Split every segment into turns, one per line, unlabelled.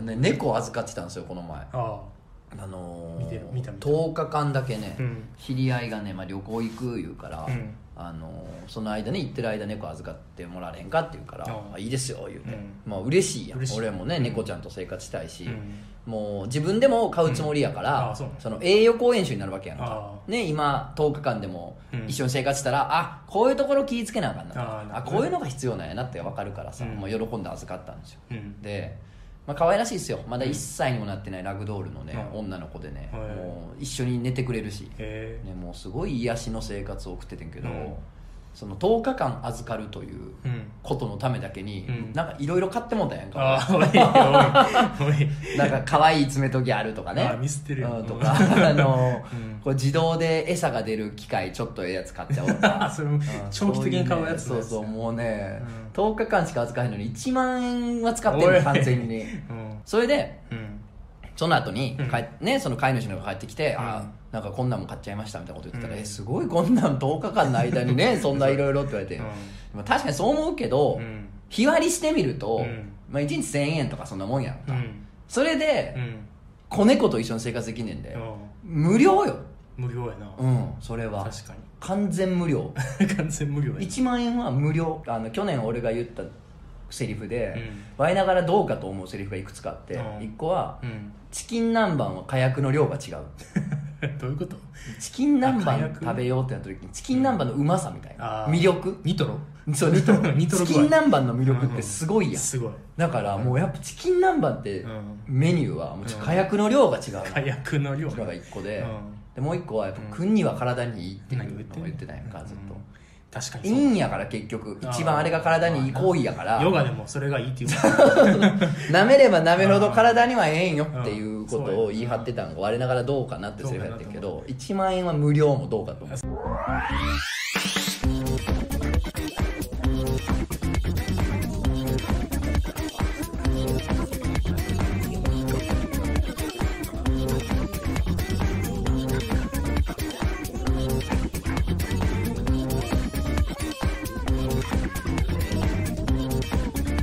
ね、猫を預かってたんですよこの前
あ
あのー、
見てる見た見た
10日間だけね、
うん
知り合いがね、まあ、旅行行く言うから、
うん
あのーその間ね行ってる間猫預かってもらえへんかって言うから
あ
「あいいですよ」言うて、
うん
まあ嬉しいやん
嬉しい
俺もね
うん
猫ちゃんと生活したいし、
うん
もう自分でも買うつもりやから、
うんあそうなん
その栄養講演集になるわけやんか
あ、
ね、今10日間でも
うん
一緒に生活したら、あこういうところ気ぃつけなあかんな
あー
あ
なるほど
こういうのが必要なんやなって分かるからさ、
うん
もう喜んで預かったんですよ
うん
で、まあ可愛らしいですよまだ1歳にもなってないラグドールのね、
うん
女の子でね、
はい
もう一緒に寝てくれるし、
へ
ね、もうすごい癒しの生活を送っててんけど、
うん
その10日間預かるという
えうん
ことのためだけに、
うん
なんかいろいろ買ってもうたやん
あ
か、
あ おいおいおい
なんか可愛い爪研ぎあるとかね
あミスってるよ
うんとか あの、
うん
こう自動で餌が出る機械ちょっとええやつ買っちゃおうと
あ
か
それも
うん
長期的に買うやつ
そういうねそうそうもうね、
うん
10日間しか預かへんのに1万円は使ってん
お
の
い
完全に
うん
それで
うん
その後に
うん
帰っ、ね、その飼い主のが帰ってきて、
ん
あーなんかこんなんも買っちゃいましたみたいなこと言ってたら、
うん
えすごいこんなん10日間の間に ねそんないろいろって言われて、
う
まあ確かにそう思うけど、
ん
日割りしてみると、
うん
まあ、1日1000円とかそんなもんやん
う
か、
ん
それで、
うん
子猫と一緒に生活できんねんで、
うん
無料よ
無料やな
うんそれは
確か
完全無料
に 完全無料や
1万円は無料あの去年俺が言ったセリフで、
うん
我ながらどうかと思うセリフがいくつかあって、
うん
一1個は
うん
「チキン南蛮は火薬の量が違う」
どういうこと
チキン南
あ火
蛮
薬
食べようってなった時にチキン南蛮のうまさみたいな
あー
魅力
ニトロ
そうニト
ニトロ
チキ
具合
ン南蛮の魅力ってすごいやん
すごい
だからもうやっぱチキン南蛮って
うん
メニューはもうちょ火薬の量が違うな
火薬の量
それが1個で
うん
でもう1個はやっぱ
うん
君には体にいいっていう
何
の
を言ってん
を
の
言ってたやんかずっと
うん確かに
い
そう
いんやから結局
あー
一番あれが体にいい行為やから
ヨガでもそれがいいっていう
舐めれば舐めるほど体にはええんよっていうこと
うん
を言い張ってたんが我ながらどうかなってセリフやってんけ
ど
ど1万円は無料もどうかと思う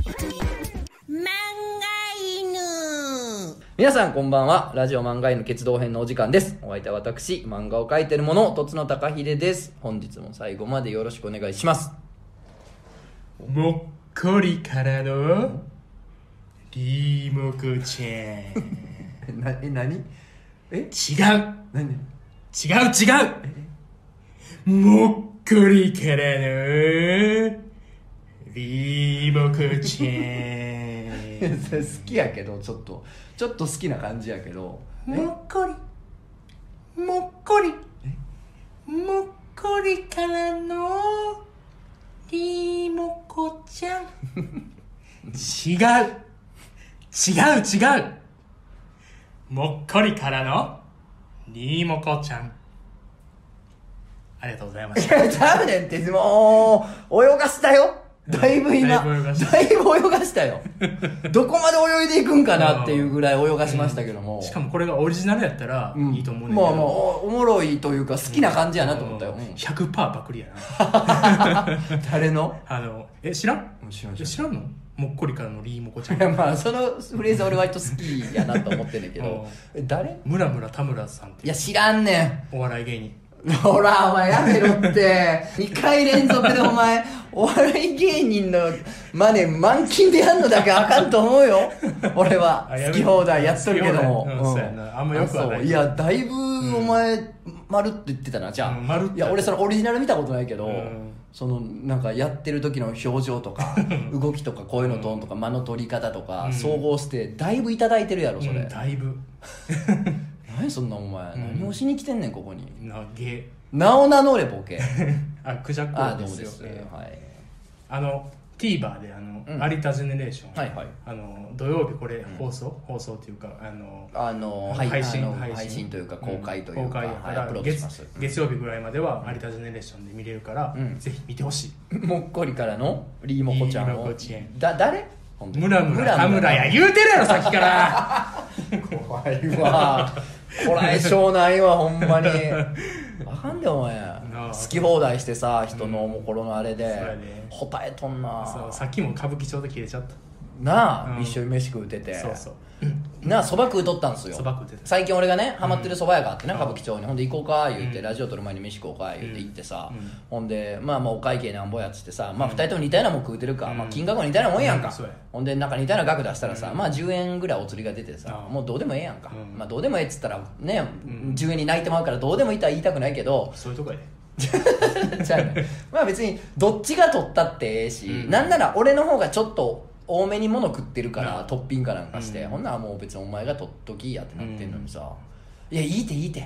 漫画犬
皆さんこんばんは。ラジオ漫画への決動編のお時間です。お相手は私、漫画を描いてる者、とつのたかひでです。本日も最後までよろしくお願いします。
もっこりからのリモコちゃん
え、な、え、なにえ
違う
なに
違う違うもっこりからのリモコち ゃん
好きやけど、ちょっと、ちょっと好きな感じやけど。
もっこりもっこりもっこりからのりもこちゃん 違う違う違うもっこりからのりもこちゃんありがとうございまし
え ちゃうねんって、もう、泳がしたよ。だいぶ今、
だいぶ泳がした
だいぶ泳がした よ。どこまで泳いでいくんかなっていうぐらい泳がしましたけども。
たしかもこれがオリジナルやったら
うん
いいと思うねんけ
ま
ど、
あまあ、おおもろいというか、好きな感じやなと思ったよ。うん
100%パクリやな
誰の
あのえ知らん
知らん知ら
え
ん
知らんのもっこりからのりもこちゃん
いや まあそのフレーズ俺割と好きやなと思ってんねんけどえ誰
ムラムラ田村さんって
いや知らんね
お笑い芸人
んほらお前やめろって2回連続でお前お笑い芸人のマネ満勤でやんのだけあかんと思うよ俺は
あや
好
め
き放題やっとるけども
好き放題うんそうやなあんま良くはない
あそういやだいぶお前まるって言ってたなじゃあ
うんまるって
いや俺そのオリジナル見たことないけど
うん
そのなんかやってる時の表情と か動きとか声のトーンとか間の取り方とか
うん
総合してだいぶいただいてるやろそれ、
うんだいぶ
何そんなお前、
ん
何をしに来てんねんここに
な芸
名を名乗れボケ
あクジャ
ああ
ク
ど
で
うも
す
で
よ
す、
えー
はい、
あの TVer であの、
うん
有田ジェネレーション、
はいはい
あの土曜日これ放送、放送っていうかあの
あの配
配
信
信
あの配信というか公開というか、
公開や
は
か
い、ア
ら
プローチし
月
ます
月曜日ぐらいまでは有田ジェネレーションで見れるから、
うん
ぜひ見てほしい
もっこりからのリーモコちゃん
リーモ
を
コちゃん
だ誰ほんとに
ムラムラ田村や言うてるやろさっきから
怖いわこらえ性ないわほんまにあかんでお前
あ
好き放題してさ人のおもころのあれで
そうやね
ほたえとんな
そうさっきも歌舞伎町で消えちゃった
なあ、
うん
一緒に飯食うてて
そうそう
なあそば食うとったんすよ
そば食うてた
最近俺がねハマってるそば屋があってな、歌舞伎町にほんで行こうか言って、
うん
ラジオ撮る前に飯食おうか言って行ってさ、
うんうん
ほんでまあまあお会計なんぼやっつってさまあ2人とも似たようなもん食うてるか、
うん
まあ、金額は似たようなもんやんか、
うんそうや
ほんでなんか似たような額出したらさ、まあ10円ぐらいお釣りが出てさ、
うん
もうどうでもええやんか、
うん
まあどうでもええっつったらね、
ん
10円に泣いてもらうからどうでもいいとは言いたくないけど、
そういうとこやで
じゃあねまあ別にどっちが取ったってええし、
うん
なんなら俺の方がちょっと多めに物食ってるから、
うん
トッピングかなんかして、
うん
ほんならもう別にお前が取っときやってなってんのにさ「いやいいって いいって」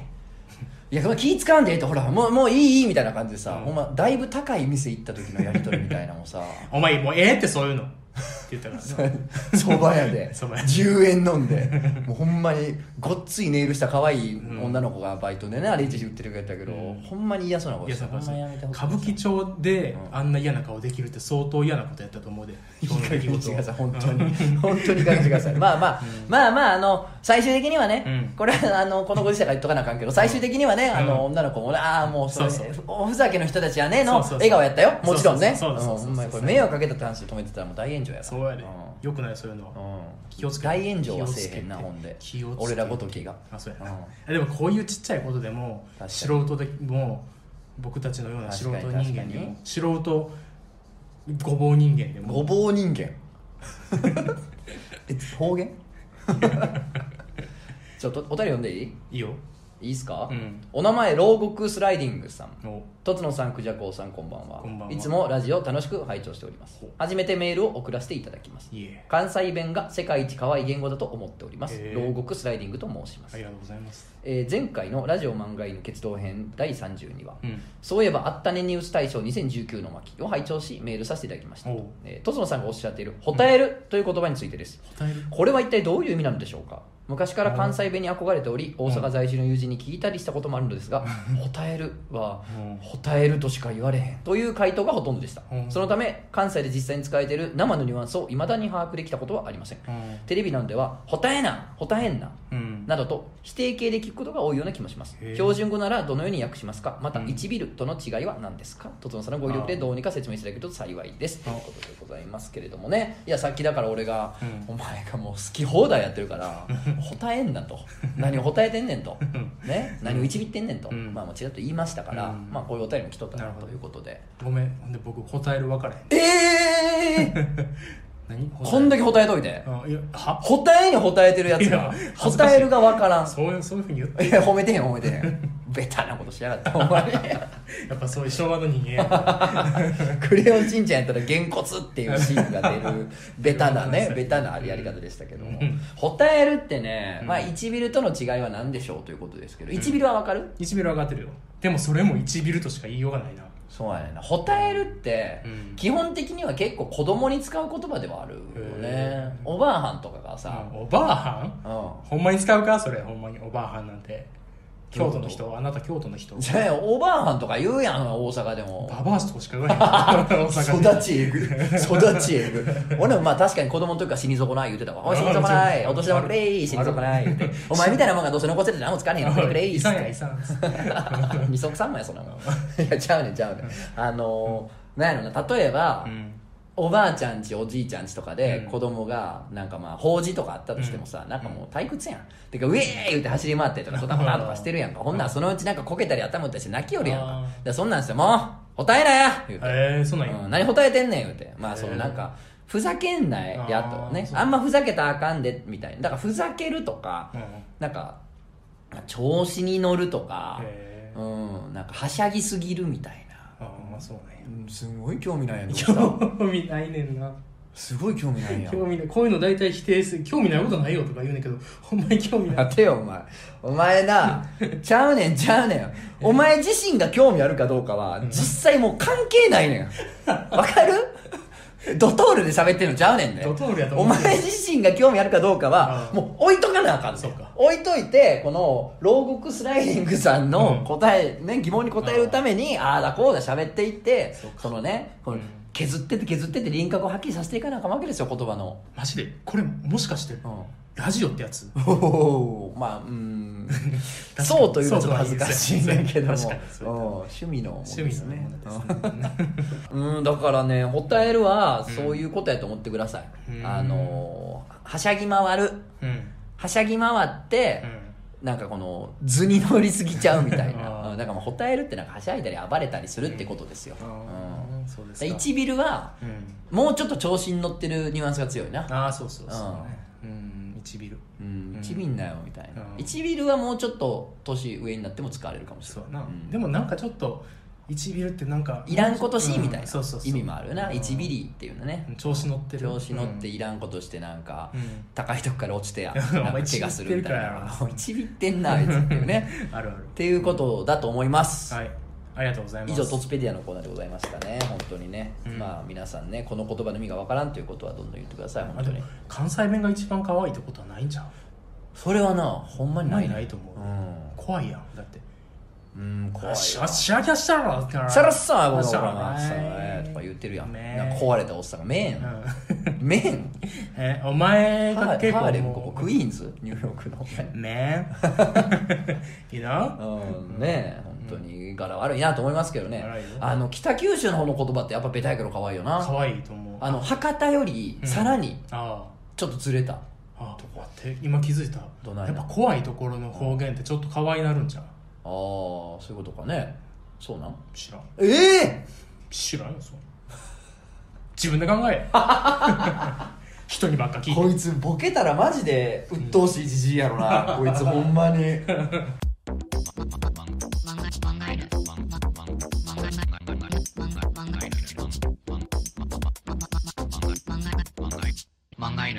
いやまあ気使うんでええってほらもうもういいいいみたいな感じでさ、
う
ほ
ん
んまだいぶ高い店行った時のやり取りみたいなの もさ
お前もうええってそういうのって言ったからな
そば屋で
そば屋
10円飲んでもうほんまにごっついネイルした可愛い女の子がバイトでねあれ一時売ってる子やったけど、
うん
ほんまに嫌 そうなこと
いや
して
だ
ほ
から
ん
さ
まやめてほしい
歌舞伎町で
うん
あんな嫌な顔できるって相当嫌なことやったと思うで
いい
今日の
加
出来
減にして
事
ください本当
うん
に本当にいい加減にしてくださいまあまあ、まあまああの最終的にはね、
うん
これはあのこのご時世から言っとかなあかんけど最終的にはね、あの
う
女の子もねああもうそれ
そうそ
おふざけの人たちやねの
そうそうそう
笑顔やったよもちろんねう
そうそうそうそうん
ほんまにこれ迷惑かけたって話で止めてたらもう大炎上やわ
そうやで
う
よくないそういうのは
んうん
気をつけて
大炎上はせえへんな
気をつけて
ほんで
気をつけて
俺らごときが
あそうやな、
うん
あでもこういうちっちゃいことでも
確かに
素人でも僕たちのような素人人
確かに確か
間
に
でも素人ごぼう人間でも
ごぼう人間 え方言 ちょっとお便り読んでいい
いいよ
いいっすか、
うん
お名前牢獄スライディングさん
お
とつのさんくじゃこうさんこんばんは
こんばんはい
つもラジオ楽しく拝聴しております
ほう
初めてメールを送らせていただきます
いえ
関西弁が世界一可愛い言語だと思っております
へえ
牢獄スライディングと申しま
あ
す
り、がとうございます
えー前回のラジオ漫画犬決闘編第32話、
うん
そういえばあったねニュース大賞2019の巻を拝聴しメールさせていただきました
おう
えーとつのさんがおっしゃっている「ほたえる」という言葉についてです
答える
これは一体どういう意味なのでしょうか昔から関西弁に憧れており大阪在住の友人に聞いたりしたこともあるのですが「ほたえる」は
うん
「ほたえる」としか言われへんという回答がほとんどでした
うん
そのため関西で実際に使えている生のニュアンスをいまだに把握できたことはありませんテレビなんでは「ほたえな」「ほたえんな」
うん
などと否定形で聞くことが多いような気もします
へえ
標準語ならどのように訳しますかまた
うん
1ビルとの違いは何ですかとつのさんのご彙力で
あー
どうにか説明していただけると幸いですと
あ
いうことでございますけれどもねいやさっきだから俺が、
うん
お前がもう好き放題やってるから答えんなと何を答えてんねんと、ね、何をいちびってんねんと、
うん
まあもうちらっと言いましたから、
うん
まあこういうお便りも来とったな
なるほ
と
ど
いうことで
ごめんほんで僕答える分からへん
ええ
何答える
こんだけ答えといて
あいやは
答えに答えてるやつ
いや
が
恥ずかしい
答えるがわからん
そういうそういうふうに言って
いや褒めてへん褒めてへ んベタなことしやがったお前
やっぱそういう昭和の人間やから
クレヨンしんちゃんやったら「げんこつ」っていうシーンが出 るベタなねベタなやり方でしたけども
うん
「ホタエル」ってね、まあ、
うん
1ビルとの違いは何でしょうということですけど1ビルはわかる、
1ビル上がってるよでもそれも1ビルとしか言いようがないな
そうやねんな「ホタエル」って
うん
基本的には結構子供に使う言葉ではあるよ
へ
ねおばあはんとかがさ
あ、おばあは
う
ん
ん
ほんまに使うかそれほんまにおばあはんなんて
どうい
京
うこと
都の人あなた京都の人
じゃあおばあはんとか言うやん大阪でも
ババアスとしか言わへん
育ちえぐ育ちえぐ俺もまあ確かに子供の時から死に損ない言うてたわ「おい死に損ないお年玉くれい死に損ない」言うて「お前みたいなもんがどうせ残せてて何もつかねえのくれい」
遺
っつっ
産や遺
て
産
二足三枚やそんなもんいやちゃうねんちゃうねんあのーなんやろな例えば
うん
おばあちゃんちおじいちゃんちとかで
うん
子供がなんかまあ法事とかあったとしてもさ、なんかもう退屈やんてか「ウェーイ!」言うて走り回ってとか「そたほた」とかしてるやんかほんならそのうちなんかこけたり頭打ったりして泣きよるやんか
あー
だからそんなんして「もう答えなや!」言うて。
えー、そうなんや、
うん、何答えてんねん言うてまあ
へー
そのなんかふざけんなやと
あ
ね
ーそう
あんまふざけたらあかんでみたいなだからふざけるとか
うん
なんかまあ調子に乗るとか
へー
うんなんかはしゃぎすぎるみたいな、
あーまあそうなんや
うん、すごい興味ないやん
興味ないねんな
すごい興味ないや
興味ないこういうの大体否定する興味ないことないよとか言うねんけどほんまに興味ない
待てよお前お前 なちゃうねんちゃうねんお前自身が興味あるかどうかは実際もう関係ないねんわかるドトールで喋ってんのちゃうねんね
ドトールやと
お
思う
前自身が興味あるかどうかは
うん
もう置いとかなあかんね
そうんか
置いといてこの牢獄スライディングさん
う
の
ん
答え、ね、疑問に答えるためにああだこうだ喋っていって
そうか
そのねこの
うん
削ってって削ってって輪郭をはっきりさせていかなあかんわけですよ言葉の、
マジでこれもしかして
うん
ラジオってやつ
おおまあうん
かに
そうというのはちょっと恥ずかしいんだけども
そうとは言いません
うん
確かに
趣味のもの
趣味のね
うんだからねホタエルはそういうことやと思ってください、
うん
あのーはしゃぎ回る
うん
はしゃぎ回って、なんかこの図に乗りすぎちゃうみたい
あー
なうんだからもうホタエルってなんかはしゃいだり暴れたりするってことですよ、うん
うんそうで
だ
す
か
から
1ビルは
うん
もうちょっと調子に乗ってるニュアンスが強いな
ああそうそうそうねうん1ビル
うん
うん
1ビンだよみたいな
うん
1ビルはもうちょっと年上になっても使われるかもしれ
そう
ない
やな
うん
でもなんかちょっと1ビルってなんか
いらんことしみたい
うん
な
そうそうそう
意味もあるよな
うん
1ビリっていうのね
調子乗ってる
調子乗っていらんことしてなんか
うんうん
高いとこから落ちてや
お前
なんか怪我するみたいな
ちびってるからや
ちびってんなあいつっていうね
あるある
っていうことだと思います
はいありがとうございます
以上トツペディアのコーナーでございましたね本当にね、
うん
まあ皆さんねこの言葉の意味がわからんということはどんどん言ってください
あ
本
で
当
も
に
関西弁が一番可愛いってことはないんちゃう
それはなほんまにない
ないと思う怖いやんだって
うん、うん、怖いわ
シャッシャキャッシャラってな
シャラッサーこの
シャッシャ
ラッサ
ラ
ーとか言ってるやん
ね
なんか壊れたおっさんがメン
うん
メン
えお前
ハ
が
ーレ
結
ハ
構
ーレム
も
こ
う
こクイーンズニューヨークの
Man You know?
うんねえ本当に柄悪いなと思いますけどね
柄いよ
あの北九州の方の言葉ってやっぱベタやけど可愛いよな
可愛いと思う
あの博多より
うん
さらに
あ
ちょっとずれた
あああ待って今気づいた
どない
や
な
っぱ怖いところの方言ってちょっと可愛いなるんじゃん
ああそういうことかねそうなん
知らん
ええ
知らんよそんな自分で考 え人にばっか聞いて
こいつボケたらマジで鬱陶しいじじいやろ なこいつほんまに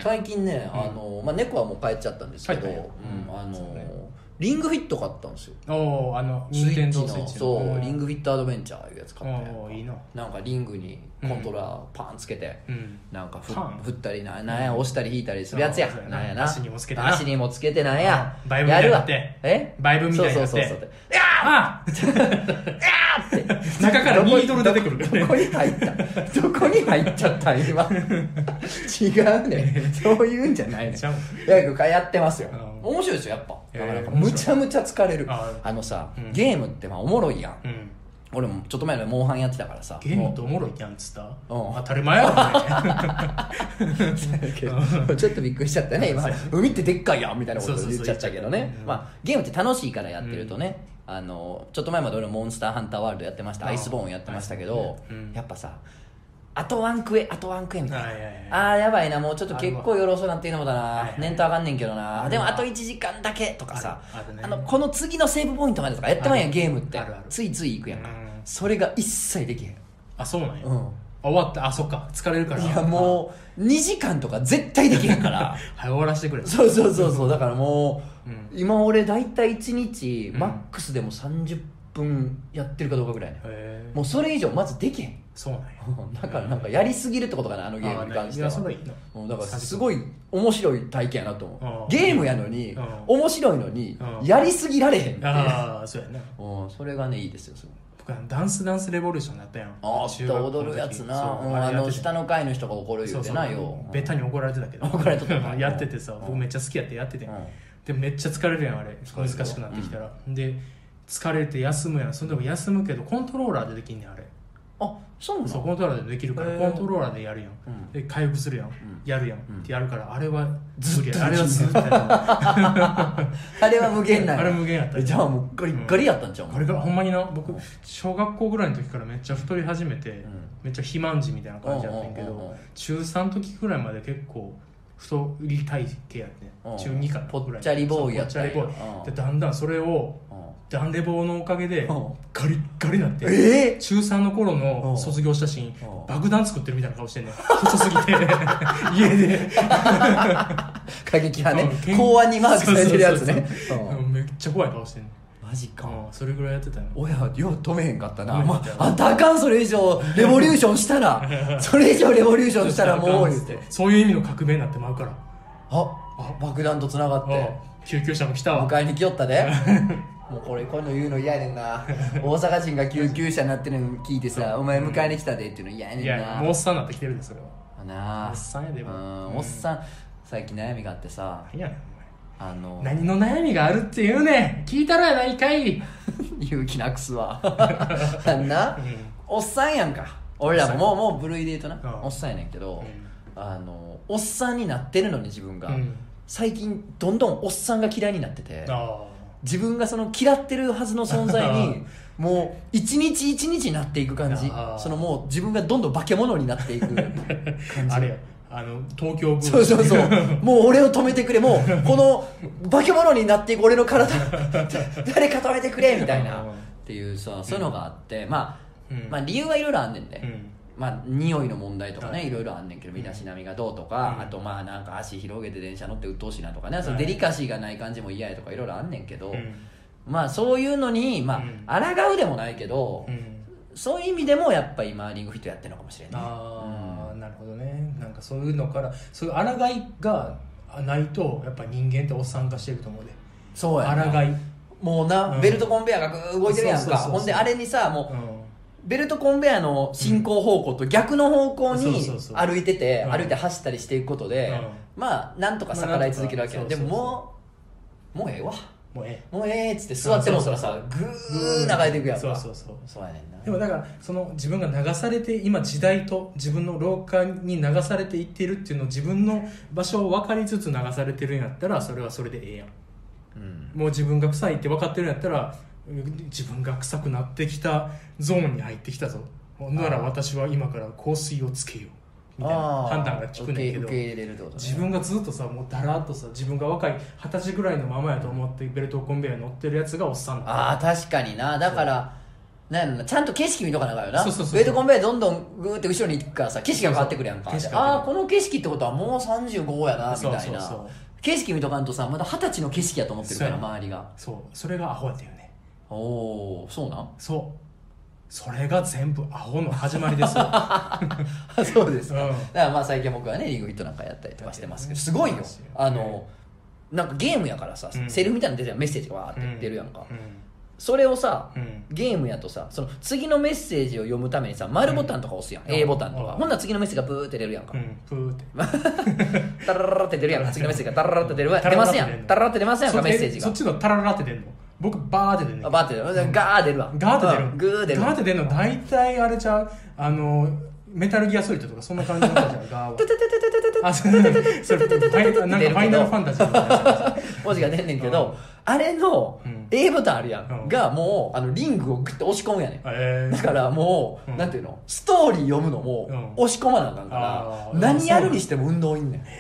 最近ねあの、まあ、猫はもう帰っちゃったんですけど、
帰ったよ
うんあの
そうね
リングフィット買ったんですよ
おおあの
スイ
任
ッ
天
チ
堂
の
スイッチの
そうリン
グ
グフィットアドベンチャーいうやつ買って
おおいいな
なんかリングにコントローラーパンつけて、
うん
なんかふ
パン
振ったりななんや押したり引いたりするやつや
そうそうやな
なんやな
足にもつけてな
足にもつけてなんや
うんバイブみたいになって
やるわえ
バイブみたいになって
そうそうそうそう
ああ中からニードル出てくるからね
どこに入った どこに入っちゃった今違う ねそういうんじゃ ないね
ちゃう
いや僕はやってますよ
うん
面白いですよやっぱだからなんか
えー面白い
むちゃむちゃ疲れる
あ
あのさ
うん
ゲームってまあおもろいやん
うん
俺もちょっと前までモンハンやってたからさ
ゲームっておもろいやんっつった、
ん
当たり前 やろ ね
ちょっとびっくりしちゃったね今海ってでっかいやんみたいなこと
そうそうそう
言っちゃったけど
言っちゃ
ね
ったうん
まあゲームって楽しいからやってるとね、あのちょっと前まで俺モンスターハンターワールドやってました
あー
アイスボーンやってましたけど、
うん
やっぱさあとワンクエあとワンクエみたいな、
はいはいはい
ああやばいなもうちょっと結構よろそうなっていうのもだな、
いはい
念頭上がんねんけどな、
あるわ
でもあと1時間だけとかさ
あるあるね
のこの次のセーブポイントまでとかやってまんや
あ
ん
る
ゲームって
あるある
ついつい行くやんか、
うん
それが一切できへん、
あそうなんや、
うん
終わったあそっか疲れるから
いやもう2時間とか絶対できへんから
う早終わらせてくれ
そうそうそうそうだからもう、
うん
今俺大体1日
うん
マックスでも30分やってるかどうかぐらいね、
へえ
もうそれ以上まずできへん
そうなんや
だからなんかやりすぎるってことかなあのゲームに
あ
関
ね
し
い
て
や
は
それいいな
うんだからすごい面白い体験やなと思
あ
う
ー
ゲームやのに
うん
面白いのに
うん
やりすぎられへんっていう
ああそうやな
うんそれがねいいですよすごい
僕あのダンスダンスレボリューションだったやん
あー
中
っ
学校
と
の時
踊るやつな
そう
うん
あ
あ
れやっ
の
てて
下の階の人が怒る
そ
言
う
う
そ
て
う
なよ
ベタに怒られてたけど
怒られとった
やっててさ僕めっちゃ好きやってやってて、
うん
でもめっちゃ疲れるやんあれ
疲れ
難
るよ
しくなってきたら、で疲れて休むやんそのでも休むけどコントローラーでできんねんあれ
あそうな
そう
の
コントローラーでできるから、
へー
コントローラーでやるやん、
うん
で回復するやん、やるやん、
ん
ってやるからあれは
ずっと
無理やあれはずっとや
あれは無限なんや
あれ無限やった
えじゃあもうガリッガリやったんちゃう
これからほんまにな僕小学校ぐらいの時からめっちゃ太り始めて、
ん
めっちゃ肥満児みたいな感じやってんけど、
うんうんうんうん
中3の時ぐらいまで結構太り体型やって、
うん
中2かな
ぽっちゃりボーイやったんや
そうぽっちゃりボーイ
うん
でだんだんそれをダンレボーのおかげで
うん
ガリッガリになって、
ええ
中3の頃
う
の
ん
卒業写真
うん
爆弾作ってるみたいな顔してんねん細すぎ て家で
過激派ね
うん
公安にマークされてるやつね
そうそうそう
うん
めっちゃ怖い顔してんねん
マジか
うんそれぐらいやってたよ
親はよう止めへんかったな、
止めへん
ま
かったよ
あんたあかんそれ以上レボリューションしたらそれ以上レボリューションしたらもう言うて
そういう意味の革命になってまうから
あ爆弾とつながって
うん救急車も来たわ
迎えに来よったでもうこれこういうの言うの嫌やねんな大阪人が救急車になってるの聞いてさ「お前迎えに来たで」っていうの嫌やね
い
ん
や
な
もうおっさんになってきてるんですよ
なあ
おっさんやで
う
も
ん
うん
おっさん最近悩みがあってさ
何やねん
あ
お
の
前何の悩みがあるって言うねん聞いたらやないかい、
勇気なくすわあんなおっさんやんか俺らももうもう部類で言うとな
うん
おっさんやねんけど、
う
あのおっさんになってるのに自分が、
ん、
最近どんどんおっさんが嫌いになってて
ああ
自分がその嫌ってるはずの存在 にもう一日一日になっていく感じ
あー
そのもう自分がどんどん化け物になっていく感じ
あれよあの東京ブー
そうそう そうもう俺を止めてくれもうこの化け物になっていく俺の体 誰か止めてくれみたいな
うん
っていうさそういうのがあって、まあ
うん
まあ理由はいろいろあんねんね、
うん
まあ匂いの問題とか
は
ね
い
いろいろあんねんけど身だしなみがどうとか、
うん
あとまあなんか足広げて電車乗って鬱陶しいなとかね、その
はい
デリカシーがない感じも嫌やとかいろいろあんねんけど、
うん
まあそういうのにまあ、抗うでもないけど
う、ん
そういう意味でもやっぱ今リングフィットやってるのかもしれない
ああ、なるほどねなんかそういうのからそういう抗いがないとやっぱ人間っておっさん化してると思うで
そう
抗
やないもうな、
うん
ベルトコンベヤーがグー動いてるやん
そうそう
か
そうそう
ほんであれにさもう
う
ベルトコンベヤーの進行方向と逆の方向
そう
に
そうそう
歩いてて、
うん
歩いて走ったりしていくことで、まあなんとか逆らい続けるわけや、
まあ
で
なんと
も
か
もうもうええわ
んもうえ
もうええっつって座ってもそらさグー流れていくやんか
そうそうそう
そうやねんな
でもだからその自分が流されて今時代と自分の老化に流されていってるっていうのを自分の場所を分かりつつ流されてるんやったらそれはそれでええやん
うん
もう自分が臭いって分かってるんやったらうん自分が臭くなってきたゾーンに入ってきたぞほんなら私は今から香水をつけようみたいな
あー
判断が効くねん
受け
けど
受け入れるってことね
自分がずっとさもうだらっとさ自分が若い二十歳ぐらいのままやと思ってベルトコンベヤー乗ってるやつがおっさんだ
ああ確かになだからなんやろなちゃんと景色見とかなあかんよな
そうそうそうそう
ベルトコンベヤーどんどんグーって後ろに行くからさ景色が変わってくるやんか
そうそう景色変わ
あ
っ
あー
て
この景色ってことはもう35やなみたいな
そうそうそう
景色見とかんとさまだ二十歳の景色やと思ってるから
そうや
周りが
そうそれがアホやったよね
おおーそうなん
そうそれが全部アホの始まりで すよ、
あそうです
う
か、
ん
だからまあ最近僕はねリングフィットなんかやったりとかしてますけどすごいよあのなんかゲームやからさ、
うん
セリフみたいなの出てるメッセージがわーっ
う
て出るやんか、
う
それをさ、
んうん
ゲームやとさその次のメッセージを読むためにさ丸ボタンとか押すやん、
うん
A ボタンとか、
うん
ほんなら次のメッセージがブーって出るやんか、
うんプーって
タラララって出るやんか次のメッセージがタラララって出るわ
タ
出
ラ
ま
ララ
すや
って出る
んタラララって出ますやんか
そっち
メッセージ
そ
が
っちのタラララって出んの僕バーって出ん
あ
の
バーって出る、ガー出るわ
ガーって出る、
うんグー出る
ガーって出るの大体あれちゃうあのメタルギアソリッドとかそんな感じのことじゃんガーは
トゥトゥトゥトゥトゥトゥトゥ
あそれそれファイなんかファイナルファンタジーみたいな
文字が出んねんけど、
うん
あれの
うん
A ボタンあるやん、
うん
がもうあのリングをグッと押し込むやねん
え
だからもう、
うん
なんていうのストーリー読むの
う
も
ん
押し込まなあかんから
あ、ー
何やるにしても運動いんねん
ー、へ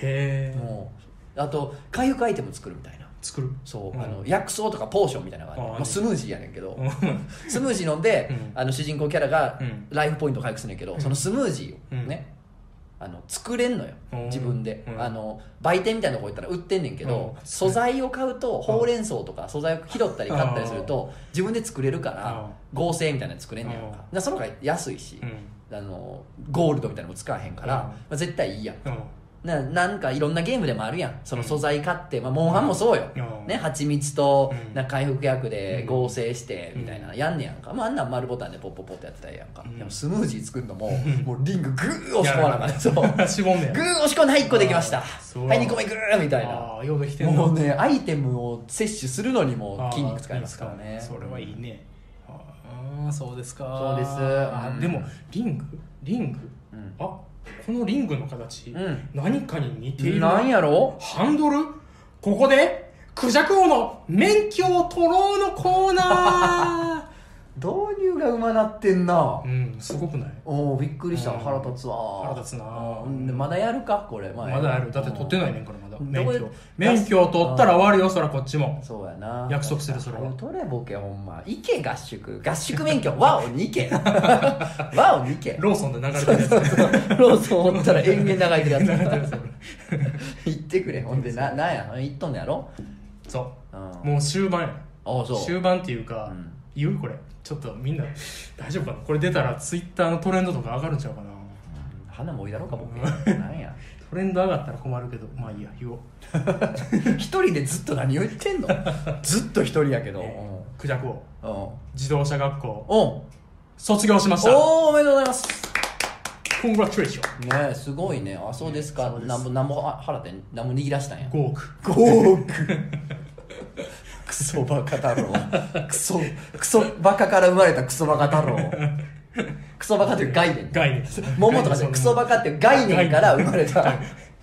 え
もうあと回復アイテム作るみたいな
作る
そう、
ん
あの薬草とかポーションみたいなのがあって
あ
ま
ー
あ、スムージーやねんけど
うん
スムージー飲んで、
うん
あの主人公キャラが
うん
ライフポイント回復するんやけど、
うん
そのスムージーを
うん
ね、あの作れんのよ
おー
自分で、
うん
あの売店みたいなとこ行ったら売ってんねんけど、
うん
素材を買うとほうれん草とか素材を拾ったり買ったりすると自分で作れるから合成みたいなの作れんねやんか
うん
だからその方が安いし
うん、
あのゴールドみたいなのも使わへんから、
うん
まあ、絶対いいやん
うん
ななんかいろんなゲームでもあるやんその素材買って、まあ、モンハンもそうよ、
うん
ね蜂蜜と
うん
なんか回復薬で
うん
合成してみたいな、やんねやんか、まあ、あんなん丸ボタンでポッポッポッってやってたらええやんか、
うん
でもスムージー作るのも、
うん
もうリンググー押し込まなあかんそうグー
しぼんねや
押し込んではい1個できました
あーそう
はい2個目グーみたいな
ああようできてんな
もうねアイテムを摂取するのにも
あー
筋肉使いますからね
それはいいねああそうです
そ
か
うです
あ
うん
でもリングリング
うん
あこのリングの形、
うん
何かに似ている
なんやろ
ハンドルここでクジャク王の免許を取ろうのコーナ
導入がうまなってんな
ーうんすごくない
おおびっくりした
うん
腹立つわ
腹立つな
うんでまだやるかこれ、ま
まだあるだって取ってないいねんからまだ
うん
免
ど
許
こで
免許を取ったら終わるよそらこっちも
そうやな
約束するそれは
早く取れボケほんま行け合宿合宿免 許ワオ2件 ワオ2件
ローソンで流れてるやつ
ローソンおったら延々長いやつ
流れてるやつ
行ってくれほんでななんや行っとんのやろ
そううんもう終盤や
ああそう
終盤っていうか、
うん
言うこれちょっとみんな大丈夫かなこれ出たらツイッターのトレンドとか上がるんちゃうかな
花も多いだろうかボケなんや
トレンド上がったら困るけどまあいいや言おう
一人でずっと何を言ってんのずっと一人やけど
えークジャクを
うんうん
自動車学校
おん
卒業しました
おーおめでとうございます
コングラチュレーション
ねえすごいねあそうですか
そうです
なんぼなんぼあ払ってなんぼ握らしたんや
5億
5億クソバカ太郎クソクソバカから生まれたクソバカ太郎クソバカという概念
概念です
桃とかじゃクソバカっていう概念から生まれた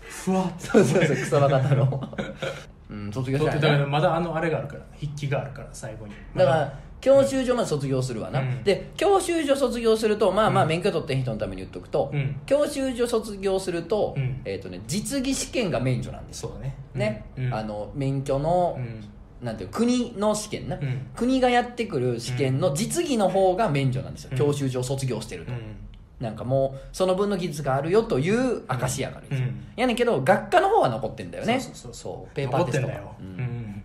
ふわっと
そうそうそうクソバカ太郎うん卒業し
だ
た
って
ん
だ
や
か
な
らまだあのあれがあるから筆記があるから最後に
だから教習所まで卒業するわな、
うん
で教習所卒業するとまあまあ
うん
免許取ってん人のために言っとくと、
うん
教習所卒業すると,、
うん
えっとね、実技試験が免除なんですよ
そうだね
ね、
うん
あの免許の、
うん
なんていう国の試験な、
うん
国がやってくる試験の実技の方が免除なんですよ、
うん
教習所を卒業してる
う
と、
ん
なんかもうその分の技術があるよという証しやからですよ、
うん
やねんけど学科の方は残ってんだよね
そうそうそう
そうペーパーテスト
残
が
ってんだよ、
う
うんん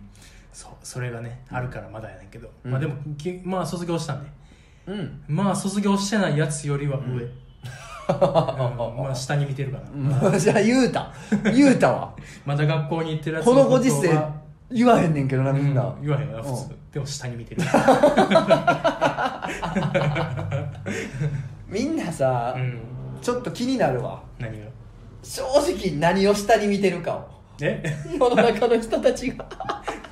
そうそれがねあるからまだやねんけど、
うん
まあでもきまあ卒業したんで
うん
まあ卒業してないやつよりは上、うんまあ下に見てるから、
ま あじゃあ言うた言うた わ
まだ学校に行ってるやつ
このご時
こと
世
は
言わへんねんけどなみん
う
なん
言わへんよな普
う
通でも下に見て る
みんなさ
うん
ちょっと気になるわ
何が
正直何を下に見てるかを
え
世の中の人たちが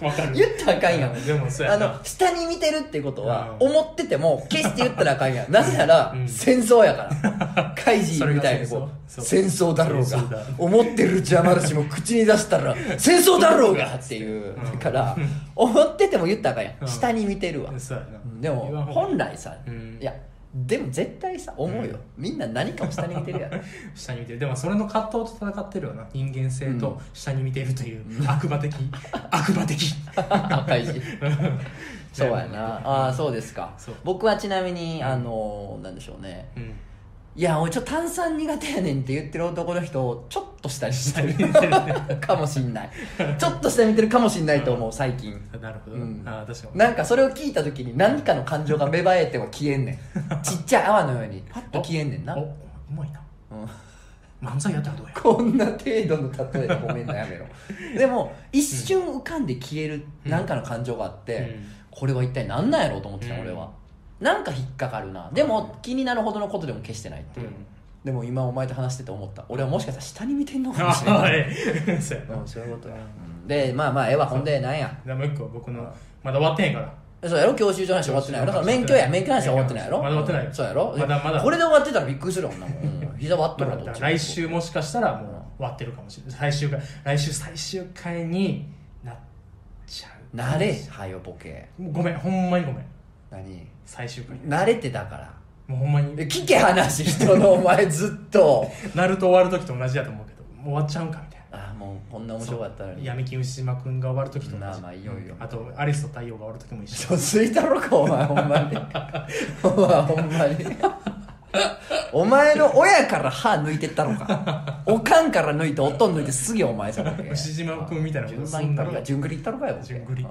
わかる
言ったらあかんやん
でもそう
あ
やな
の下に見てるってことは
うん
思ってても決して言ったらあかんやんなぜなら
うん
戦争やから 怪人みたいな
それ
こう
が戦争そう
戦争だろう
戦争
が
だ
思ってる邪魔だしも口に出したら戦争だろうがっていう
うん
だから思ってても言ったらあかん
う
やん
ん
下に見てるわ
そうやな
でも
言わん方が
本来さ、
うん
いやでも絶対さ思うよ、みんな何かを下に見てるや ろ
下に見てるでもそれの葛藤と戦ってるよな人間性と下に見てるという、悪 魔的悪魔的
赤い字 そうやなああそうですか
そう
僕はちなみにあのなんでしょうね
うん
いや俺ちょっと炭酸苦手やねんって言ってる男の人をちょっと下にして
下に見てるね
るかもしんないちょっと下に見てるかもしんないと思う最近
なるほど、
うん
ああ確かに
なんかそれを聞いた時に何かの感情が芽生えては消えんね んちっちゃい泡のようにパッと消えんねんな、
お
う
うまいなん漫才やったら どうや
こんな程度の例えでごめんなやめ ろでも一瞬浮かんで消える
うん
なんかの感情があって、
うん
これは一体何なんやろうと思ってた、
うん
俺はなんか引っかかるなでも気になるほどのことでも決してないっていう、
うん
でも今お前と話してて思った俺はもしかしたら下に見てんのかもしれ
ああ
ない、
ええ そうやな
うん、そういうことや、うんでまあまあええわほんでなんや
でもう一個僕のまだ終わってへんから
そうやろ教習所の話終わってないやろだから免許や免許の話終わってないやろ
まだ終わってないよ
そうやろ
まだまだ
これで終わってたらびっくりするよ女もん、う ん、膝割っと
ま
るわ
だ
どっちも
来週もしかしたらもう終わってるかもしれない最終回来週最終回になっちゃう
慣れはよボケ
もうごめんほんまにごめん
何
最終回
慣れてたから
もうほんまに
聞け話人のお前ずっ と
ナルト終わる時と同じやと思うけどもう終わっちゃうんかみたいな
あもうこんな面白かったのに
闇金牛島君が終わる時と同じ
まあまあいよいよ
あとアリスと太陽が終わる時も一緒
嘘ついたろかお前ほんまにお前ほんまにお前の親から歯抜いてったのかおかんから抜いておとん抜いてすげえお前さボケ
牛島君みたいなこと
順番いったろか
すんな
順繰りいったろかよボケ
順繰り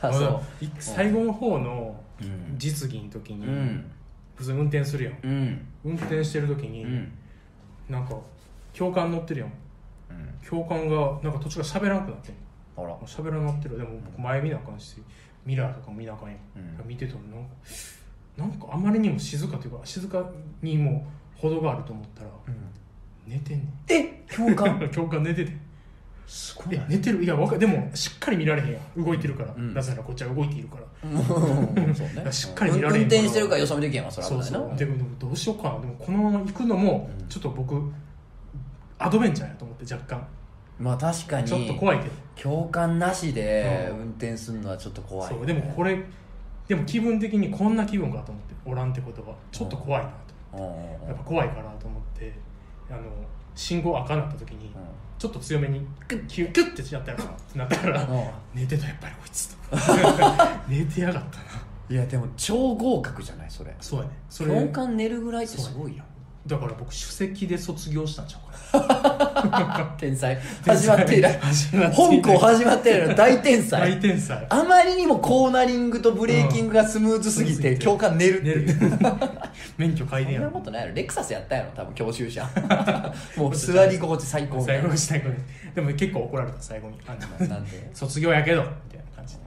ああそ
い最後の方の実技の時
う
に、
うん
普通運転するやん
うん
運転してる時に、
うん
なんか教官乗ってるやん
うん
教官がなんか途中から喋らんくなってんも
ほら
う喋らんなってるでも僕前見なあかんしミラーとかも見なあかんやん、
うん
見てたらなんかなんかあまりにも静かというか静かにも程があると思ったら寝てんねん
え 教官
教官寝てて
すご
え寝てるいやわかでもしっかり見られへんやん動いてるから、
うん
なぜならこっちは動いているから
うんそうね
しっかり見られへん
運転してるからよそ見できへんわそれは危
そう
ないな
そうでもどうしようかなでもこのまま行くのも
うん
ちょっと僕、アドベンチャーやと思って若干
まあ確かに
ちょっと怖いけど、
共感なしで
うん
運転するのはちょっと怖い、
そうでもこれでも気分的にこんな気分かと思っておらんってことはちょっと怖いなと、
うんうんうん
やっぱ怖いからと思ってあの信号赤になった時にちょっと強めにクッキュッキュッてやったらなったら、寝てたやっぱりこ いつと寝てやがったない
やでも超合格じゃないそれ
そうやねそれ
共感寝るぐらいってすごいよ
だから僕首席で卒業したんちゃうかな
天才 始まって以来
始まって以
本
来
校始まって以来の大天
大
才
天才
あまりにもコーナリングとブレーキングがスムーズすぎて
うん
共感寝るって
寝
い
る
う
免許改
そ
善
ん
や
な
ろ
ことないやろレクサスやったやろ多分教習 車もう座り心地最高みた
最
い
後
な
に最後にでも結構怒られた最後にあの
なんて
卒業やけどみたいな感じで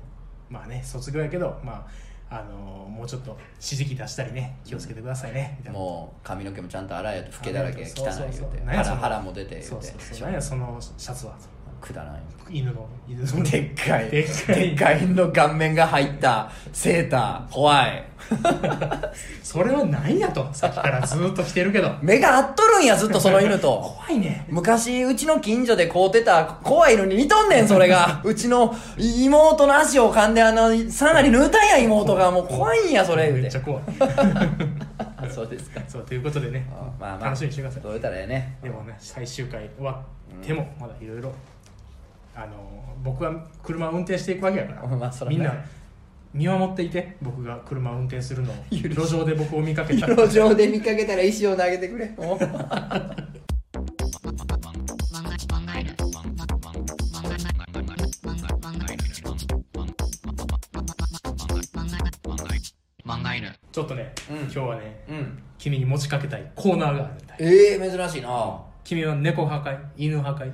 まあね卒業やけどまああのもうちょっと指示器出したりね気をつけてくださいねみたいな
もう髪の毛もちゃんと洗えよと老けだらけ汚い
そう
言
そうう
て
そう
腹腹も出て言
そうう
て
そうそう何やそのシャツは
くだらない
犬の犬の
でっかい
でっかい
でっかいの顔面が入ったセーター怖い
それは何やとさっきからずっと着てるけど
目が合っとるんやずっとその犬と
怖いね
昔うちの近所で買うてた怖いのに似とんねんそれ がうちの妹の足を噛んであのさなり縫うたんや妹がもう怖いんやそれ言
め
う
っち
て
ゃ怖い
あそうですか
そうということでね
あまあまあ
楽しみにしてください
どう言ったらええ ね
でもね最終回終わってもまだいろいろあの僕は車を運転していくわけやか ら、
まあそら
み
なん
な見守っていて僕が車を運転するのを
許し
路上で僕を見 かけたら
路上で見かけたら石を投げてく れもう
망가이는
ちょっとね、
うん
今日はね
うん
君に持ちかけたいコーナーがあるみたい
ええ珍しいな
君は猫破壊犬破壊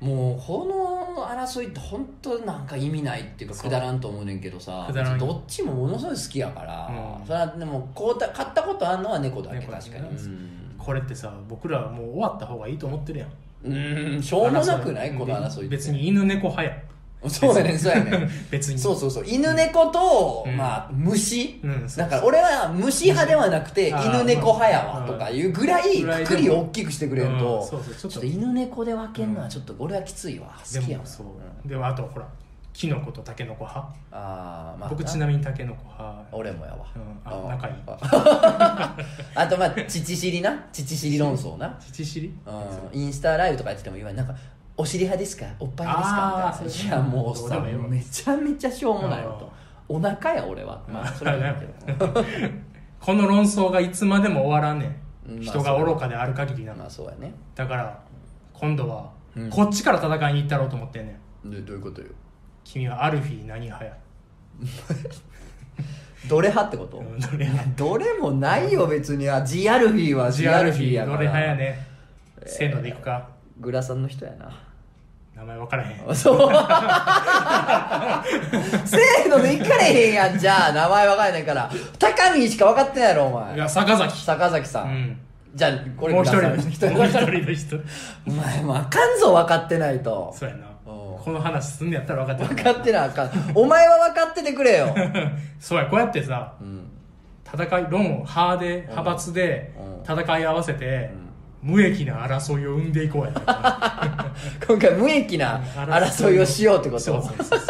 もうこの争いって本当なんか意味ないっていうか
そう
くだらんと思うねんけどさ
くだらん
どっちもものすごい好きやから、
うん
それはでもこうた買ったことあんのは猫だけ
猫だけ
確かにうん
これってさ僕らはもう終わった方がいいと思ってるやん
うんしょうもなくない
争い
この争いって
別に犬猫派やん
そうやねんそうやねん
別に
そうそうそう犬猫と、
うん
まあ虫、
うんそう
だから俺は虫派ではなくて
うん
犬
あー
猫派やわ
うん
とかいうぐらい
ぐらいでも
くくりを大きくしてくれる
う
と
んそうそうち
ち
ょ
ょ
っ
っ
と
と犬猫で分けるのはちょっと俺はきついわ
で
好きや
も
わ
そう、
ん
でもあとほらキノコとタケノコ派、
あーまあ
僕ちなみにタケノコ派
俺もやわ、
うんあ
ー
仲いい
あ あとまあ乳尻な乳尻論争な、
乳尻
うん、インスタライブとかやってても言わないなんかお尻派ですかおっぱいです
あ
か
ー
みたい
そう
ないやもう
ど
さ
うでもいいわ
めちゃめちゃしょうもないわとお腹や俺はまあそれ はいいけど
この論争がいつまでも終わらんねん、
うんまあ
人が愚かである限りなの、
まあそうやね
だから今度は
うん
こっちから戦いに行ったろうと思ってんねん、
でどういうことよ
君はアルフィー何派や
どれ派ってこと
うんどれ派
どれもないよ別にあジアルフィーは
ジ
ジ
ア
ア
ル
ル
フ
フ
ィ
ィー
ー
やか
ど
ら
れ派やね、せーのでいくか
グラさんの人やな
名前分からへん
そう。せーのでいかれへんやん、じゃあ。名前わかんないから。高見しか分かってないやろ、お
い
前。
や坂崎
坂崎さ。
うんん
じゃあ、これ
もう一人
くだ
の
さい
人もう一人の人
お前、もうあかんぞ、分かってないと。
そうやな
お
こ
う
の話すんのやったら分かって
分
る
かってなあかん。お前は分かっててくれよ。
そうやこうやってさ
うん。
戦い論を派で派閥で
うん
戦い合わせて、無益な争いを生んでいこうやな
今回無益な 争いをしようってこ
そう
と
そうそう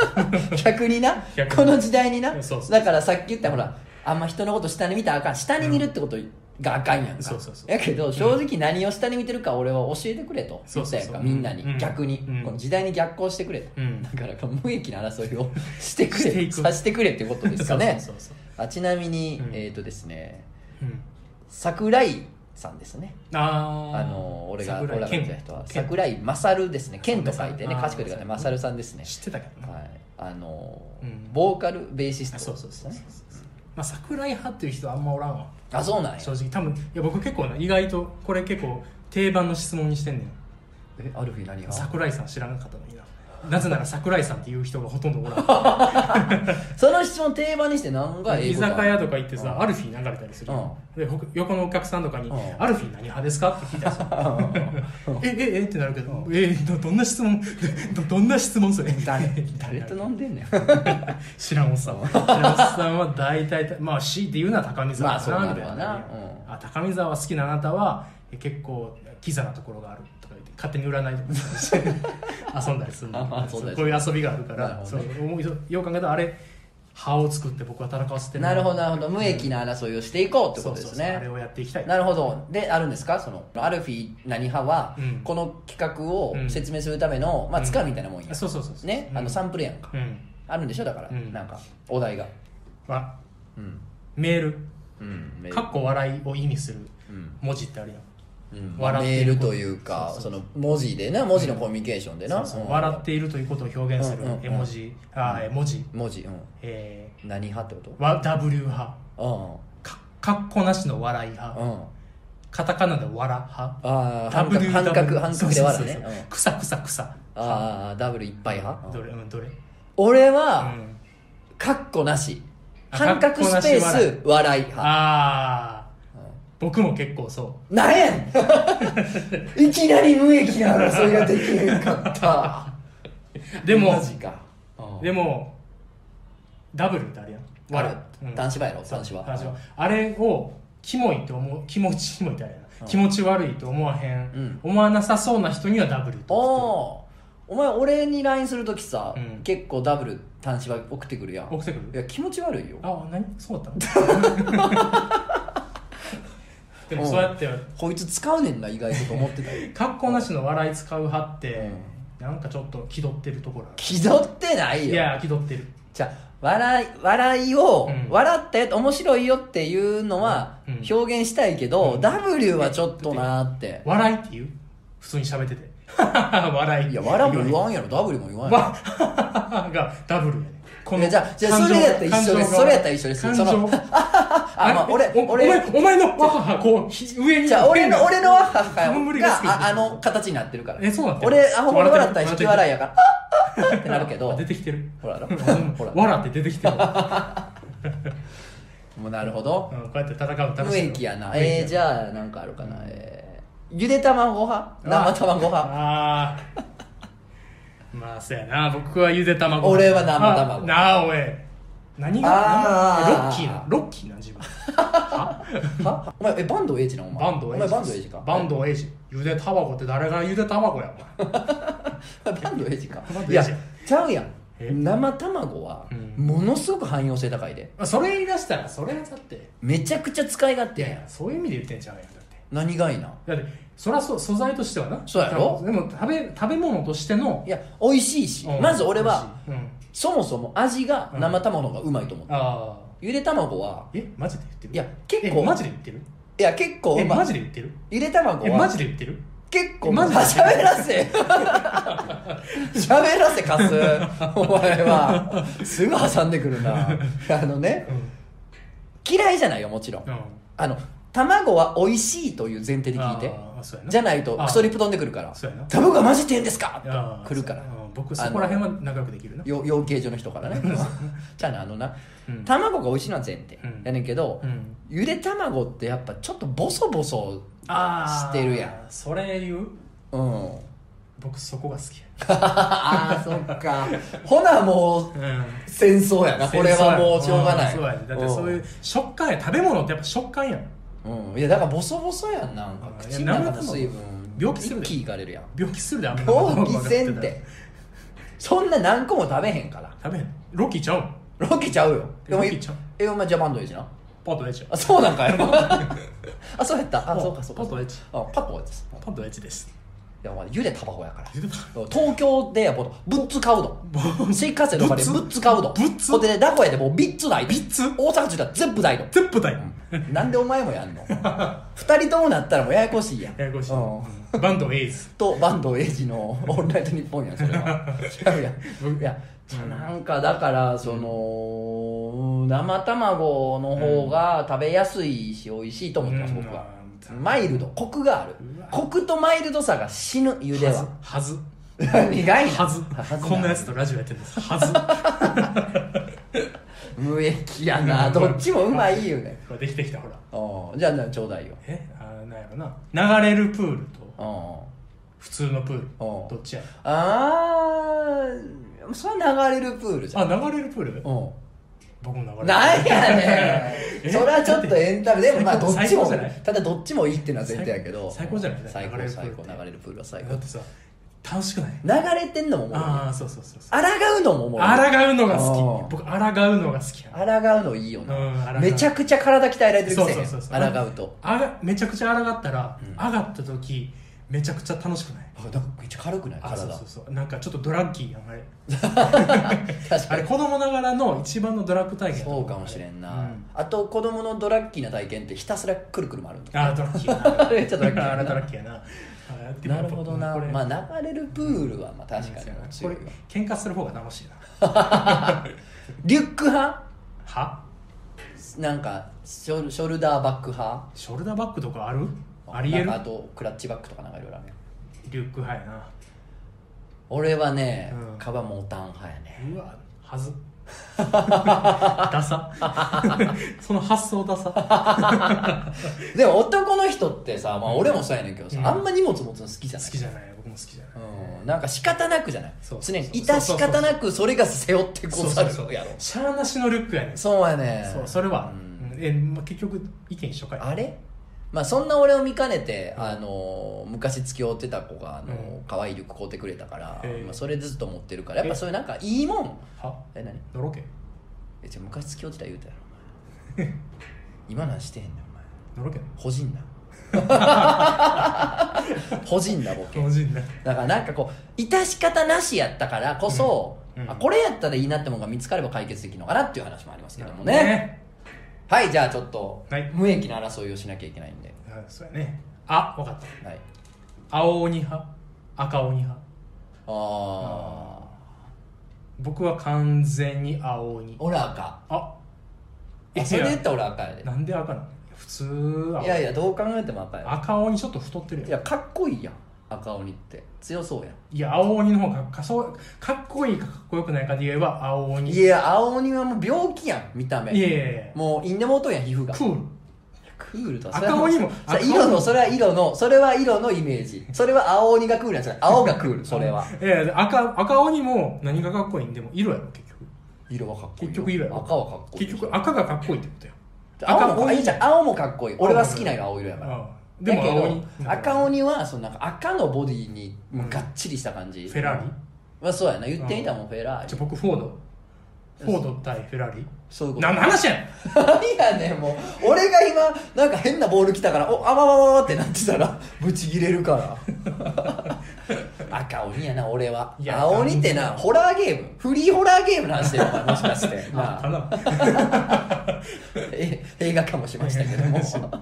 そう
逆にな
逆
こ
に
の時代にな
そうそう
だからさっき言ったほらあんま人のこと下に見たらあかん下に見るってことがあかんやんか、
そうそうそう
やけど正直何を下に見てるか俺は教えてくれと
そ
言
う
っ
そ
た
う
や
そうん
かみんなに、
うん
逆に、
うん
この時代に逆行してくれと、
うん
だからこの無益な争いをしてくれ
していく
させてくれってことですかね
そうそうそう
あちなみに、
うん
えっ、とですね
そううん
桜井さんですね
あー
あの俺が俺
桜
ら
井
が見た
健
人は
健
桜井勝ですね健と書いてね
あー
賢いと書いて勝さんですね
知ってたけどな、
はい、あのー
うん
ボーカルベーシスト
あそうそうそうそ
ね
うまあ桜井派っていう人あんまおらんわ
あそうなんや
正直多分いや僕結構な意外とこれ結構定番の質問にしてんねん
えアルフィー何が
桜井さん知らなかったのにななぜなら桜井さんっていう人がほとんどおら
その質問定番にして何が
ん
英
居
語か
酒屋とか行ってさ、
うん
アルフィー流れたりする、でほ横のお客さんとかに「
うん
アルフィー何派ですか?」って聞いたりす る
うん
えええってなるけど「えどどんな質問 どどんな質問それ
誰誰
誰
と飲んでんねん
知らんおっさんは知らんおっさんは大体まあ C って言うのは高見沢
まあそうなる
みた
わない
な
う
あ高見沢好きなあなたはえ結構キザなところがあるとか言って勝手に占いとかして遊んだりする
あ遊
の
んだりする
そうこういう遊びがあるか
な
ら
るほ
そ
ど
う
ね
思いよう考えたらあれ歯を作って僕は戦わせてる
なるほどなるほど無益な争いをしていこうってことです
そうそうそうあれ
ね
をやっていきたい
なるほどであるんですかそのアルフィー何派は、
うん
この企画を
うん
説明するための、まあつかみたいなもんや、
そうそうそうそう
ねあ
う
の
ん
サンプルやんか、
うん
あるんでしょだから、
うん
なんかお題が
まあ
うん
メール
うん
かっこ笑いを意味する
うん
文字ってあるやん
うんまあ
笑っ
メ
て
ー
る
ルというか
そ
そ
うそうそう
の文字でな文字のコミュニケーションでな、
そうそう
うん
笑っているということを表現する
うんうんうん
絵文字、あー絵文字、
文字うん
え
何派って
ー、わ W 派
こ
かかっこなしの笑い派、
とうんうん
カタカナで笑派
ああ半角
WW
半角半角で笑うね
そうそうそう
うん
くさくさくさ
ああダブルいっぱい派う
ど
ん
れうんどれ
俺
う
は
ん
カッコなし
あ
半角スペー
かっこなし笑い
ス笑い派
ああ、僕も結構そ
なんやねん いきなり無益な争いができへんかった
う。でも
マ、ジか
でも、ダブルってあるやん。割る
あ男子版やろ
そう
男子版
男子版あれを、キモいと思う、気持ち、キモいってあれやな
うん
気持ち悪いと思わへん,、
うん
思わなさそうな人にはダブル
お
と
おーお前俺に LINE するときさ、
うん
結構ダブル男子版送ってくるやん
送ってく
い
る
や気持ち悪いよ
あ、何そうだったの でもそうやって、
こいつ使うねんな意外とと思ってたよ
格好なしの笑い使う派って、
う
なんかちょっと気取ってるところあ
気取ってない
る。
よ
いや、気取ってる。
じゃあ笑い笑いを、
うん
笑ったよ面白いよっていうのは
うん
表現したいけど、
うん
W はちょっとなーって、
笑いって言う普通に喋ってて。 笑い。
いや笑いも言 わんやろ W も言わんやろ
わ がダブルやねこ
いやじゃあじゃあそれやったら一緒ですそれやったら一緒です
感情
そのあ、まあ、俺
おお前
俺
お前のわははこうひ上に
じゃあ俺の俺のワッハッ
その無
ハ
理
が
が好き
ああの形になってるから
えそうなってる
俺アホも笑ったら引き笑いやからあああってなるけど
あ出てきてる
ほら ほらほら
笑って出てきてる、うん、こ
もうなるほど
うやって戦うの楽
無
しい
益やなえー、じゃあなんかあるかなえー、ゆで卵派生卵派
ああー まあそうやな僕はゆで卵
俺は生卵
あなあおい何が
あー
何がロッキーなロッキーな自分は
はお前えバンドエイジなお前
バンドエイ
お前
ジ
バンドエイジか
バンドエイジゆで卵って誰がゆで卵やお前
バンドエイジか
バンドエイジ
いやちゃうや
え
ん生卵は
うん
ものすごく汎用性高いで
まあそれ言い出したらそれだって
めちゃくちゃ使い勝手
い
や
や
ん
いやそういう意味で言ってんちゃうやんだって
何がいいな
だってそりゃそう素材としてはな
そうやろ
でも食べ食べ物としての
いや美味しいし
うん
まず俺は
美味しいうん
そもそも味が生卵の方がうまいと思う、
ああ
ゆで卵は
えマジで言ってる
いや結構
えマジで言ってる
いや結構
え
うま
マ
い
ジで言ってる
ゆで卵
え
は
マジで言ってる
結構
えマジで
喋らせ 喋らせかすお前はすぐ挟んでくる なあのね
うん
嫌いじゃないよもちろん
うん
あの卵は美味しいという前提で聞いて
ああそうやな
じゃないとクソリプ飛んでくるから
そうやな
卵はマジでいいんですか
ああ
来るから
うん僕そこら辺は仲良くできるな
よ養鶏場の人からねじゃあなあのな、
うん
卵が美味しいのは前提、
うん
やねんけど、
うん
ゆで卵ってやっぱちょっとボソボソ
ああ
してるやん
それ言う
うん
僕そこが好き
ああそっかほなもう
やうん
戦争やなこれはもうしょうがない
んそうやねだってそういう食感や食べ物ってやっぱ食感やん
うん、うんいやだからボソボソやんなんか
あー
口の中の水分
いや生卵病気する
一
で
気いかれるやん
病気するであんま
病気せんってそんな何個も食べへんから
食べへんロッキーちゃうん
ロケちゃうよでも
ロケちゃう
えお前ジャパンドエイジな
パッドエッチ
あそうなんか よあそうやったあそうかそうか
パッドエッチ
あパコです
パッドエッチです
いやお前ゆでタバコやから
ゆでた
東京でやっぱブッツ買うどん新幹線とかで
ブッツ
ブッツ買うどん
ブッツ
ほんでね名古屋でもうビッツないビッ
ツ
大阪中では全部ないの
全部だよ
なんでお前もやんの二人ともなったらもうややこしいやん
ややこしい
うん
うんバンドエイズ
とバンドエイジの「オールナイトニッポン」やんそれは違うやんいやなんかだからそのうん生卵の方が食べやすいし美味しいと思ってます
うん
僕は
うん
マイルドコクがある
うわ
コクとマイルドさが死ぬゆでは
はず
苦いな
はず
はず
こんなやつとラジオやってるんですはず
無益やなどっちもうまいよね
これできてきたほら
おうじゃあなちょうだいよ
えあーなんやろな流れるプールと
おう
普通のプール
おう
どっちや
あーそれは流れるプールじゃん
あ流れるプール
おう
僕も流れる
なん やねんそれはちょっとエンタメでもまあどっち
最高
も
じゃない
ただどっちもいいっていうのは前提やけど
最高最高じゃない
最
流れ
高
るプー
最
ルっ
高
て
流れるプールは最
だ
高
ってさ楽しくない
流れてんのもおもろい
ああそうそうそうそう
抗うのもおもろい
抗うのが
あー
好き僕抗うのが好きや
抗うのいいよ
う
なんめちゃくちゃ体鍛えられてるく
そう
せに
そうそうそう
抗うと
あがめちゃくちゃ抗ったら、上がった時めちゃくちゃ楽しくない
あなんかめっちゃ軽くない
あ
体
そうそうそうなんかちょっとドラッキーやんあれ
確
あ
か
れ
に
子供ながらの一番のドラッグ体験やと
そ
思
うかもしれんな、
うん
あと子供のドラッキーな体験ってひたすらくるくる回ると
あードラッキーや な
めっちゃドラッキーやな
あれドラッキーやなあやってみよ
な
う
るほどな
これ
まあ流れるプールはまあ確かに
こ
強い
れ
わ
喧嘩する方が楽しいな
リュック派
は
なんかショルショルダーバック派
ショルダーバッグとかあるありえる
なんかあとクラッチバックとかなんかいろいろあるやん
リュック派やな
俺はね、
うん
カバンモータン派やね
うわはず ダサ その発想ダサ
でも男の人ってさ、まあ、俺もそうやねんけどさ、
うん
あんま荷物持つの好きじゃない
好きじゃない僕も好きじゃない
うん、なんか仕方なくじゃない
そう
常にいた仕方なくそれが背負ってこざるやろ
しゃあなしのルックやねんそ
そうやね
うそれは、
うん
うんえまあ、結局意見一緒かい
あれまあそんな俺を見かねて、あのー昔付き合ってた子が、あのー
うん
可愛いリュック買うてくれたから、
へえ
まあ、それずっと持ってるからやっぱ
え
そういうなんかいいもん
は
え何
のろけ
えじゃあ昔付き合ってた言うたやろお 前今なんしてへんねんお前
のろけ
ほじんな ほじんなボケ
巨人ね
だからなんかこう致し方なしやったからこそ、
うんうん
あこれやったらいいなってものが見つかれば解決できるのかなっていう話もありますけどもね
ね
はいじゃあちょっと、
はい
無益な争いをしなきゃいけないんで、
あそうやねあ分かった
はい、
青鬼派赤鬼派
ああ
僕は完全に青鬼
俺赤
あ
えそれで
い
言
や
ったら俺赤やで
なんで赤なの普通青
いやいやどう考えても赤や
赤鬼ちょっと太ってるや
い
ん
やかっこいいやん赤鬼って強そうやん
いや青鬼の方がかそうかっこいいかかっこよくないかで言えば青鬼
いや青鬼はもう病気やん見た目
いやいやいや
もういんでもうとんやん皮膚が
クール
クールとは
赤鬼も
それは
赤鬼も
色のそれは色のそれは色のイメージそれは青鬼がクールやつだ青がクールそれは
え赤赤鬼も何がかっこいいんでも色やろ結局
色はかっこいいよ
結局色やろ
赤はかっこいい
結局赤がかっこいいってことや
赤も
赤も
あいいじゃん青もかっこいい俺は好きなのが青色やから
ああでも
だけど
青鬼
赤鬼はそのなんか赤のボディにもうがっちりした感じ、
フェラーリ
まあ、そうやな言ってみたらもんフェラー
じ
リ
ゃあ僕フォードフォード対フェラーリ
そういうこと
何の話やねん
何やねんもう俺が今なんか変なボール来たからおあわわわわってなってたらブチギレるから 赤鬼やな俺はい
や
青鬼ってな
完全に
ホラーゲームフリーホラーゲームなん してるお前もしかして
あ
ま
た
あ
だ
え映画化もしましたけど もっ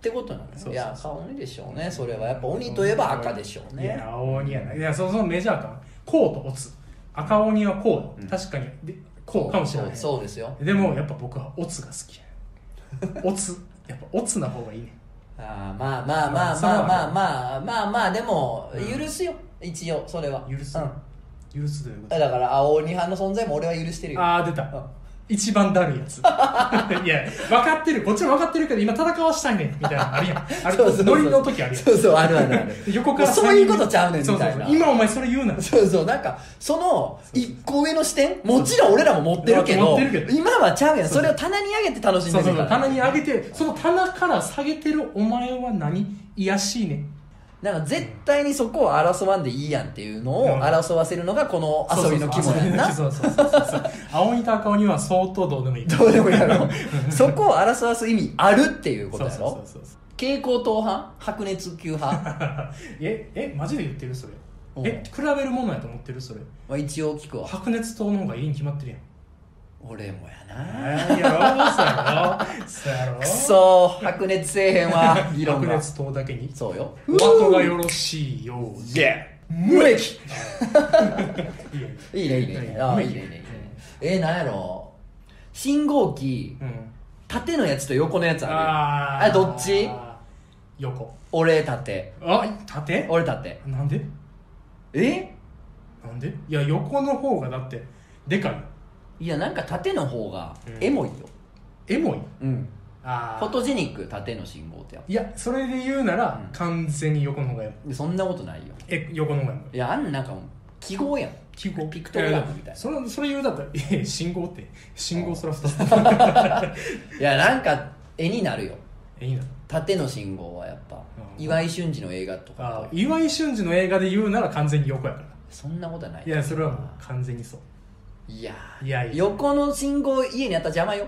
てことなんです
そうそうそう
いや赤鬼でしょうねそれ はやっぱ鬼といえば赤でしょう
い
ね
や青鬼やないやそそのメジャーかこうと落つ赤鬼はこう、
うん
確かにでこうかもしれない
そうそうですよ
でもやっぱ僕はオツが好きやオツやっぱオツな方がいいね
あーまあまあ
ま
まあ
あ
まあまあまあまあまあでも許すよ、一応それは
許す、
うん
許すということ
だから青鬼派の存在も俺は許してるよ
ああ出た、
うん
一番だるい やついや分かってるこっちも分かってるけど今戦わしたいねんみたいなのあるやんあ れ
そうそうそう
ノリの時あるやん
そうそうあるあるある
横から
そういうことちゃうねんみたいな
そうそうそう今お前それ言うな
そうそうなんかその一個上の視点もちろん俺らも持ってるけど
持ってるけど
今はちゃうやん
そ
そ
うそう
れを棚に上げて楽しん
そ
で
うそ
る
う
か
そう
ら
棚に上げてその棚から下げてるお前は何癒やしいね
なんか絶対にそこを争わんでいいやんっていうのを争わせるのがこの遊びの
気
肝やんな
そうそうそうそうそう青いと赤鬼は相当どうでもいい
どうでもいいや ろそこを争わす意味あるっていうこと
そう
や
そう
ろ
そうそう
蛍光灯派白熱球 派
ええマジで言ってるそれ
うん
え比べるものやと思ってるそれ
まあ一応聞くわ
白熱灯の方がいいに決まってるやん
俺もやな
えーやろそうやろ
くそー白熱せえへん わ議論
白
が
熱灯だけに
そうよ
お後がよろしいよう
いや無益
いやい
いいねいいねああいいねいいねいいねえー、なんやろ信号機
やうん
縦のやつと横のやつある
あ
あどっち
横
俺縦
あ縦
俺縦
なんで
え
なんでいや横の方がだってでかいよ
いやなんか縦の方が
うん
エモいよ
エモい
うん
あ
フォトジェニック縦の信号ってやっぱ
いやそれで言うなら、
うん
完全に横の方がエモい
でそんなことないよ
え横の方がエモい
いやあんなんかもう記号やん
記号
ピクトグラムみたいな
やそれそれ言うだったら いや信号って信号そら2
いやなんか絵になるよ
ついいな
縦の信号はやっぱ
うん
岩井俊二の映画と
あ
か
ー岩井俊二の映画で言うなら完全に横やから
そんなことはない
いやそれはもう完全にそう
いや
いやいや
横の信号家にあったら邪魔よ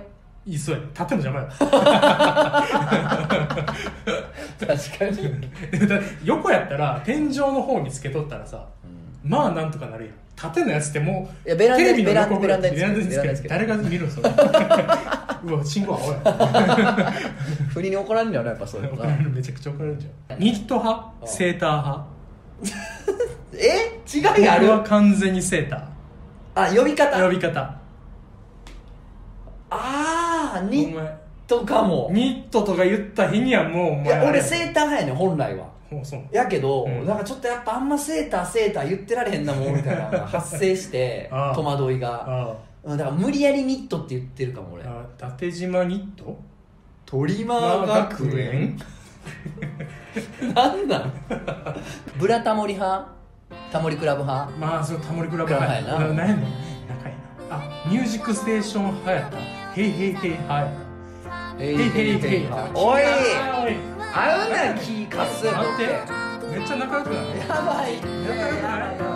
いいそうや縦も邪魔や
確かに、
ろだって横やったら天井の方につけとったらさまあなんとかなるやん縦のやつってもう
いやベランダ
テレビの
ベラン
横ぐらい
ベランダにつけ
ベランダにつけ
ベランダにつけ
る誰が見るのそれ うわ信号 青や
振りに怒らんねやろやっぱそういうの
怒
な
られるめちゃくちゃ怒られるじゃんニット派
うん
セーター派
え違いがあ
僕は
る
完全にセータ
あ呼び
ー
方
呼び方
ああ
お
ニッ
前
トかも
ニットとか言った日にはもうお
い
前
や俺セーター派やねん本来は
もうそう
やけど、
うん
なんかちょっとやっ ぱあんまセーターセーター言ってられへんなもんみたいなのが発生して
ああ
戸惑いが
あ
うんだから無理やりニットって言ってるかも俺
あ伊達島ニット
鳥間学園なんなんブラタモリ派タモリクラブ派
まあそのタモリクラブ
クラブ派やな
あ何やねん仲いいなあミュージックステーション派やったヘイヘイヘイ派や
え
ヘ
い
イヘイヘイ派
おい
おい
あうな気かす
待ってめっちゃ仲良くない
やばい
仲良くない